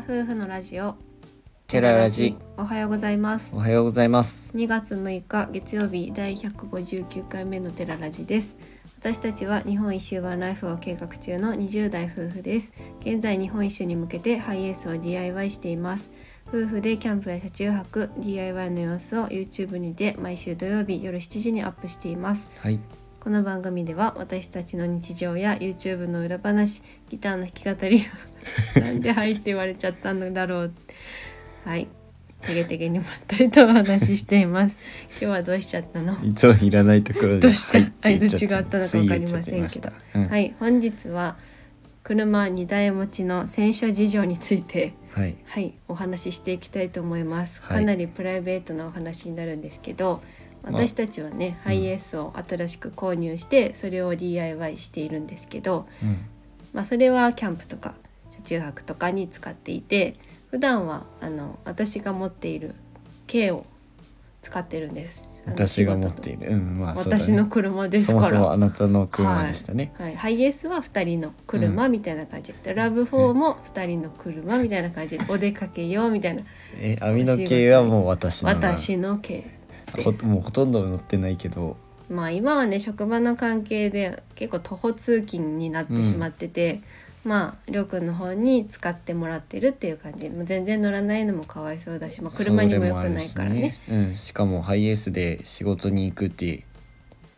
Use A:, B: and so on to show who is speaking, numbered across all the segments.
A: 夫婦のラジオ
B: ケララジ
A: おはようございます
B: おはようございます
A: 2月6日月曜日第159回目のテララジです私たちは日本一周ワンライフを計画中の20代夫婦です現在日本一周に向けてハイエースを DIY しています夫婦でキャンプや車中泊 DIY の様子を YouTube にて毎週土曜日夜7時にアップしています
B: はい
A: この番組では私たちの日常や YouTube の裏話ギターの弾き語りをなんで「はい」って言われちゃったんだろうはいてげてげにまったりとお話ししています 今日はどうしちゃったの
B: そういらないところで
A: どうした
B: はいって言っち
A: 相
B: ゃ
A: 槌があったのかわかりませんけど
B: つい言っちゃってましたうん
A: はい本日は車2台持ちの洗車事情について
B: はい
A: はいお話ししていきたいと思います、
B: はい
A: かなりプライベートなお話になるんですけど
B: あ
A: 私たちはね、ハイエースを新しく購入してそれを DIY しているんですけど、
B: うん
A: まあ、それはキャンプとか車中泊とかに使っていて普段はあの私が持っている軽を使ってるんですあの
B: 私が持ってい
A: 仕
B: るうんまあ
A: 事
B: そう
A: と
B: だね
A: 私の車です
B: そ
A: か
B: も
A: ら
B: そもあなたの車でしたね
A: はい、ハイエースは2人の車みたいな感じ、でラブ4も2人の車みたいな感じでお出かけようみたいな
B: え網の系はもう私のな
A: 私の軽
B: ほ
A: です
B: もうほとんど乗ってないけど
A: まあ今はね職場の関係で結構徒歩通勤になってしまってて、まありょうくんの方に使ってもらってるっていう感じもう全然乗らないのもかわいそうだし、まあ、車にも良くないからね
B: それもあるしうんしかもハイエースで仕事に行くって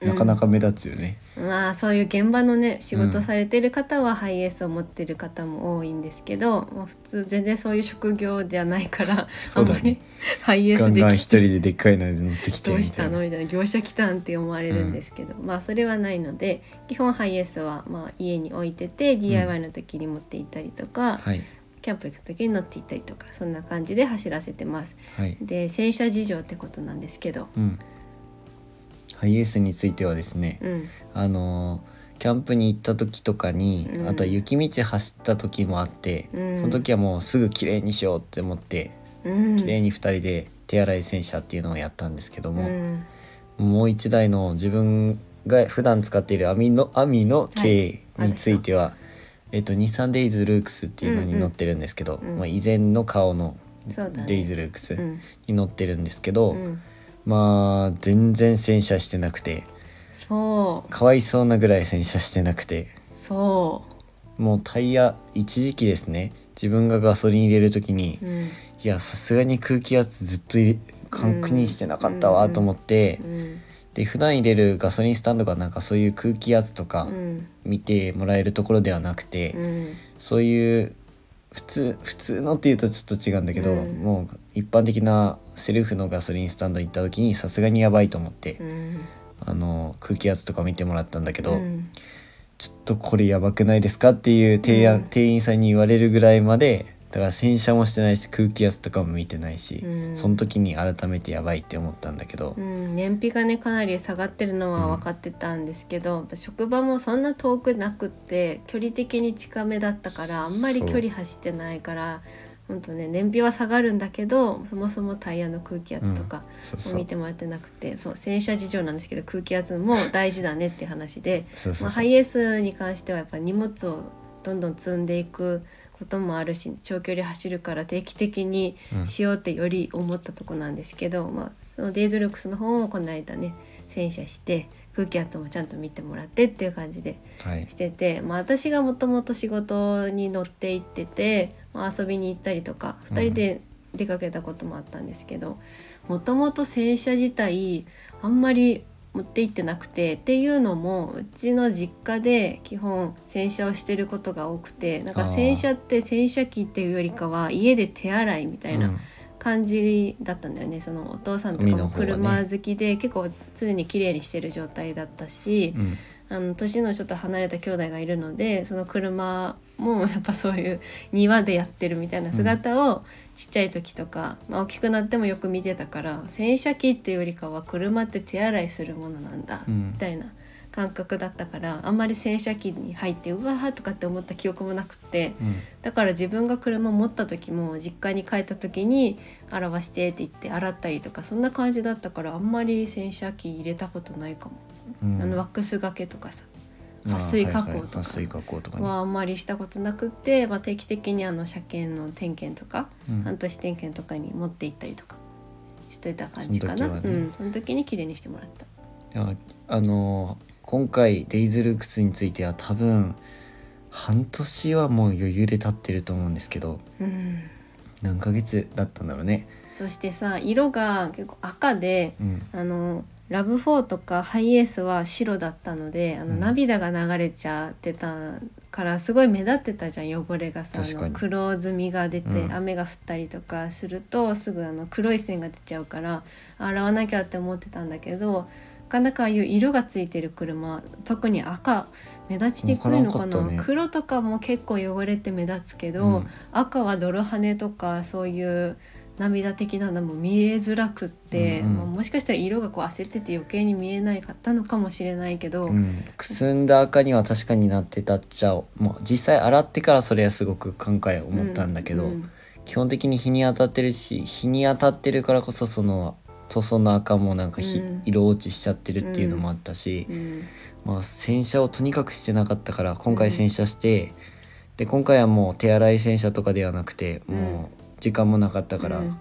A: うん
B: なかなか目立つよね
A: まあそういう現場のね仕事されてる方はハイエースを持ってる方も多いんですけど、まあ、普通全然そういう職業じゃないから、あ
B: そうん
A: ま
B: だ
A: り
B: ね
A: ハイエー
B: ガ
A: ス
B: ン
A: で
B: ガン
A: 来
B: 一人ででっかいので乗ってきて
A: ど
B: み
A: うした
B: いな
A: のみたいな業者来たんって思われるんですけど、まあそれはないので基本ハイエースはまあ家に置いてて DIY の時に持っていったりとか、
B: はい
A: キャンプ行く時に乗っていったりとかそんな感じで走らせてます。
B: はい
A: で洗車事情ってことなんですけど、
B: うん、ハイエースについてはですね、
A: うん、
B: あのーキャンプに行った時とかに、
A: うん
B: あとは雪道走った時もあって、
A: うん
B: その時はもうすぐ綺麗にしようって思って
A: うん、
B: 綺麗に2人で手洗い洗車っていうのをやったんですけど
A: う
B: も、
A: ん、
B: もう1台の自分が普段使っている網の網の軽
A: はい
B: については、えっと日産デイズルークスっていうのに乗ってるんですけど、
A: うんうん
B: まあ、以前の顔の
A: そうだね
B: デイズルークス
A: うん、
B: に乗ってるんですけど、
A: うん、
B: まあ全然洗車してなくて
A: そう
B: かわいそうなぐらい洗車してなくて
A: そ
B: もうタイヤ一時期ですね自分がガソリン入れる時に
A: う、うん
B: いやさすがに空気圧ずっと入れ確認してなかったわと思って
A: うん
B: で普段入れるガソリンスタンドがなんかそういう空気圧とか
A: うん
B: 見てもらえるところではなくて
A: うん、
B: そういう普通普通のっていうとちょっと違うんだけど、
A: うん
B: もう一般的なセルフのガソリンスタンド行った時にさすがにやばいと思って、
A: うん、
B: あの空気圧とか見てもらったんだけど、
A: うん
B: ちょっとこれやばくないですかっていう提案、
A: うん
B: 店員さんに言われるぐらいまでだから洗車もしてないし空気圧とかも見てないし、
A: うん
B: その時に改めてやばいって思ったんだけど
A: う、ん、燃費がねかなり下がってるのは分かってたんですけど、やっぱ職場もそんな遠くなくって距離的に近めだったからあんまり
B: そう
A: 距離走ってないからほんとね燃費は下がるんだけどそもそもタイヤの空気圧とか
B: そう
A: を
B: そう
A: 見てもらってなくて、そう洗車事情なんですけど空気圧も大事だねっていう話で
B: そう
A: ま
B: そう
A: あ、
B: そ
A: ハ
B: う、
A: イエースに関してはやっぱ荷物をどんどん積んでいくこともあるし長距離走るから定期的に
B: うん
A: しようってより思ったとこなんですけど、まあそのデイズルックスの方もこの間ね洗車して空気圧もちゃんと見てもらってっていう感じで
B: はい
A: してて、まあ、私がもともと仕事に乗って行ってて、まあ、遊びに行ったりとか
B: うん
A: 2人で出かけたこともあったんですけどもともと洗車自体あんまり持って行ってなくてっていうのもうちの実家で基本洗車をしてることが多くてなんか
B: あー
A: 洗車って洗車機っていうよりかは家で手洗いみたいな
B: うん
A: 感じだったんだよね、そのお父さんとか
B: 海の
A: も
B: 方はね
A: 車好きで、結構常に綺麗にしてる状態だったし。
B: うん
A: あの年のちょっと離れた兄弟がいるのでその車もやっぱそういう庭でやってるみたいな姿をちっちゃい時とか、まあ、大きくなってもよく見てたから洗車機っていうよりかは車って手洗いするものなんだ、
B: うん
A: みたいな感覚だったからあんまり洗車機に入ってうわーとかって思った記憶もなくって
B: うん
A: だから自分が車持った時も実家に帰った時に「洗わして」って言って洗ったりとかそんな感じだったからあんまり洗車機入れたことないかも。
B: うん
A: あのワックスがけとかさ撥水加工
B: あーはいはい
A: と
B: 撥水
A: か
B: 加工とかね
A: はあんまりしたことなくって、まあ、定期的にあの車検の点検とか、
B: うん
A: 半年点検とかに持って行ったりとかしてた感じかな
B: その時はね
A: うん、その時に綺麗にしてもらった。
B: いやあのー今回デイズル靴については多分半年はもう余裕で経ってると思うんですけど
A: うん
B: 何ヶ月だったんだろうね
A: そしてさ色が結構赤で
B: うん
A: あのラブフォーとかハイエースは白だったのであの、
B: うん
A: 涙が流れちゃってたからすごい目立ってたじゃん汚れがさあの
B: 確かに
A: 黒ずみが出て、
B: うん
A: 雨が降ったりとかするとすぐあの黒い線が出ちゃうから洗わなきゃって思ってたんだけどなかなかああいう色がついてる車特に赤目立ちにくいのかな
B: わからなかったね
A: 黒とかも結構汚れって目立つけど、
B: うん
A: 赤は泥跳ねとかそういう涙的なのも見えづらくって、
B: うんうん
A: まあ、もしかしたら色がこう焦ってて余計に見えないかったのかもしれないけど、
B: うん、くすんだ赤には確かになってたっちゃうもう実際洗ってからそれはすごく感慨を持ったんだけ
A: う
B: ど、
A: ん
B: 基本的に日に当たってるし日に当たってるからこそその塗装の赤もなんかひ、
A: うん
B: 色落ちしちゃってるっていうのもあったし、
A: うん
B: まあ、洗車をとにかくしてなかったから今回洗車して、で今回はもう手洗い洗車とかではなくて、
A: うん
B: もう時間もなかったから、
A: うん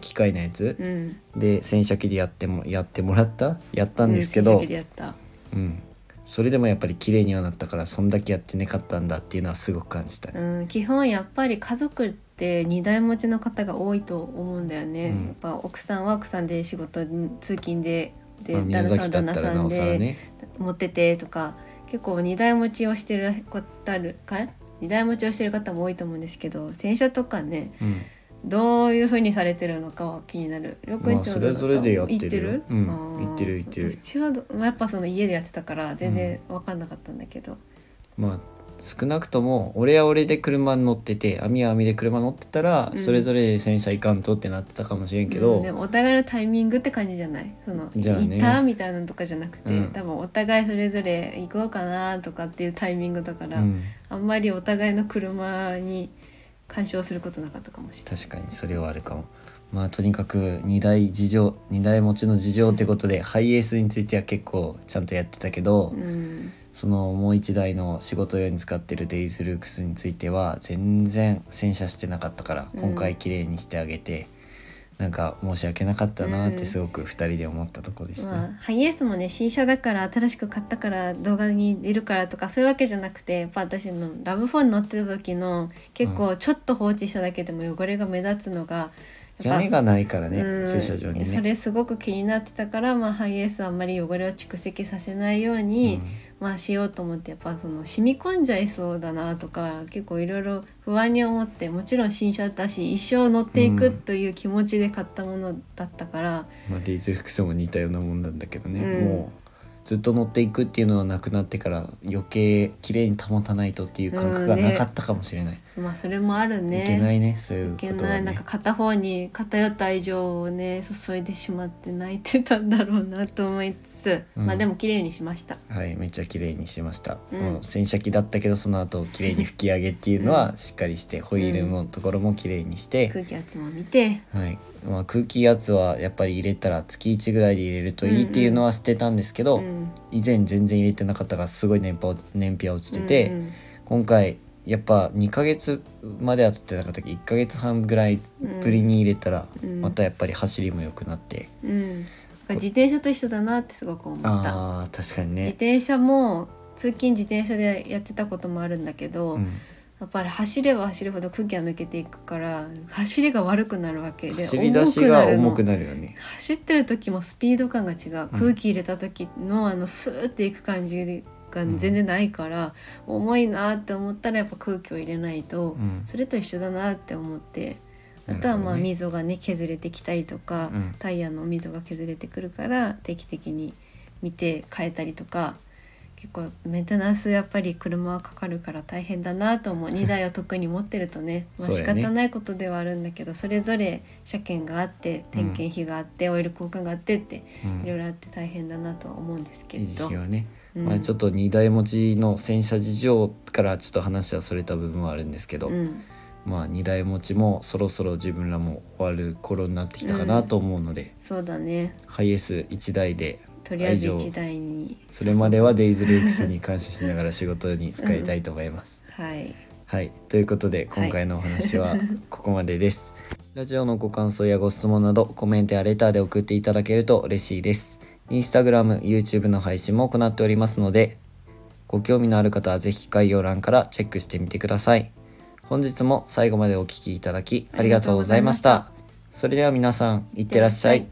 B: 機械のやつ
A: う、ん
B: で洗車機でやってもやってもらったやったんですけ
A: う
B: ど、
A: 正直でやった
B: うん、それでもやっぱり綺麗にはなったからそんだけやってなかったんだっていうのはすごく感じたね。
A: うん、基本やっぱり家族って二台持ちの方が多いと思うんだよね、
B: うん
A: やっぱ奥さんは奥さんで仕事に通勤でで、
B: まあ、宮
A: 旦那さんは
B: 崎だ
A: 旦
B: っ
A: 那
B: たら
A: さ
B: なんおさら
A: で
B: ね。
A: 持っててとか結構二台持ちをしてる方るか二台持ちをしてる方も多いと思うんですけど洗車とかね
B: うん
A: どういう風にされてるのかは気になる。りょうくん
B: まあ
A: ちはどうだた
B: それぞれでやってるよ
A: 行ってる？
B: うん
A: あー
B: 行ってる行ってる
A: うちはどまあやっぱその家でやってたから全然わかんなかったんだけど。
B: まあ少なくとも俺は俺で車に乗ってて網は網で車乗ってたら、
A: うん
B: それぞれ洗車いかんとってなってたかもしれんけど、
A: うんでもお互いのタイミングって感じじゃない。その
B: じゃあ
A: 行
B: ね
A: ったみたいなのとかじゃなくて、
B: うん
A: 多分お互いそれぞれ行こうかなとかっていうタイミングだから、
B: うん
A: あんまりお互いの車に干渉することなかったかもしれない。
B: 確かにそれはあるかもまあとにかく二台事情二台持ちの事情ってことでハイエースについては結構ちゃんとやってたけど、
A: うん、
B: そのもう一台の仕事用に使ってるデイズルークスについては全然洗車してなかったから
A: うん
B: 今回綺麗にしてあげて、なんか申し訳なかったなっ
A: うん
B: てすごく二人で思ったところですね。
A: まあ、ハイエースもね新車だから新しく買ったから動画に出るからとかそういうわけじゃなくてやっぱ私のラブフォン乗ってた時の結構ちょっと放置しただけでも汚れが目立つのがや
B: 屋
A: っ
B: 根
A: ぱ
B: がないからね、
A: うん
B: 駐車場にね。
A: それすごく気になってたから、まあ、ハイエースはあんまり汚れを蓄積させないように、
B: うん
A: まあ、しようと思ってやっぱその染み込んじゃいそうだなとか結構いろいろ不安に思ってもちろん新車だし一生乗っていくという気持ちで買ったものだったから。
B: まあ、デイズルークスも似たようなもんなんだけどね、
A: うん
B: もうずっと乗っていくっていうのはなくなってから余計綺麗に保たないとっていう感覚がなかったかもしれない。
A: まあそれもあるね
B: いけないねそういう
A: い
B: こ
A: け
B: と
A: な、
B: はい
A: なん
B: ね
A: か。片方に偏った愛情をね注いでしまって泣いてたんだろうなと思いつつ、
B: うん
A: まあでも綺麗にしました
B: はい、めっちゃ綺麗にしました、
A: うん
B: もう洗車機だったけどその後綺麗に拭き上げっていうのはしっかりして、ホイールのところも綺麗にして、
A: 空気圧も見て
B: はいまあ、空気圧はやっぱり入れたら月1ぐらいで入れるといいっていうのはしてたんですけど、
A: うん
B: 以前全然入れてなかったからすごい燃費燃費は落ちてて、
A: うん
B: 今回やっぱ2ヶ月までは経ってなかったけど1ヶ月半ぐらいぶりに入れたら、
A: うん
B: またやっぱり走りも良くなって、
A: うんうん、なんか自転車と一緒だなってすごく思った
B: あー確かに
A: 自
B: ね、
A: 転車も通勤自転車でやってたこともあるんだけど、
B: うん、
A: やっぱり走れば走るほど空気が抜けていくから走りが悪くなるわけで
B: 走り出しが重
A: の
B: くなるよね。
A: 走ってる時もスピード感が違う空気入れた時のあのスーっていく感じが全然ないから、重いなって思ったらやっぱ空気を入れないと、
B: うん
A: それと一緒だなって思ってあ
B: なるほどね
A: とはまあ溝がね削れてきたりとか、
B: うん
A: タイヤの溝が削れてくるから定期的に見て変えたりとか結構メンテナンスやっぱり車はかかるから大変だなと思う2 台を特に持ってるとねまあ
B: そう
A: 仕
B: だね
A: 方ないことではあるんだけどそれぞれ車検があって点検費があって、オイル交換があってって
B: うん
A: いろいろあって大変だなとは思うんですけれ
B: 維
A: ど。
B: 持はね、
A: うん
B: まあ、ちょっと二台持ちの洗車事情からちょっと話はそれた部分はあるんですけど、
A: うん
B: まあ二台持ちもそろそろ自分らも終わる頃になってきたかなと思うので、
A: そうだね
B: ハイエース1台で
A: とりあえず一台に
B: それまではデイズルークスに感謝しながら仕事に使いたいと思います。
A: はい
B: はい、ということで今回のお話は ここまでです。ラジオのご感想やご質問などコメントやレターで送っていただけると嬉しいです。インスタグラム、YouTube の配信も行っておりますので、ご興味のある方はぜひ概要欄からチェックしてみてください。本日も最後までお聴きいただきありがとうございました。それでは皆さん、いってらっしゃい。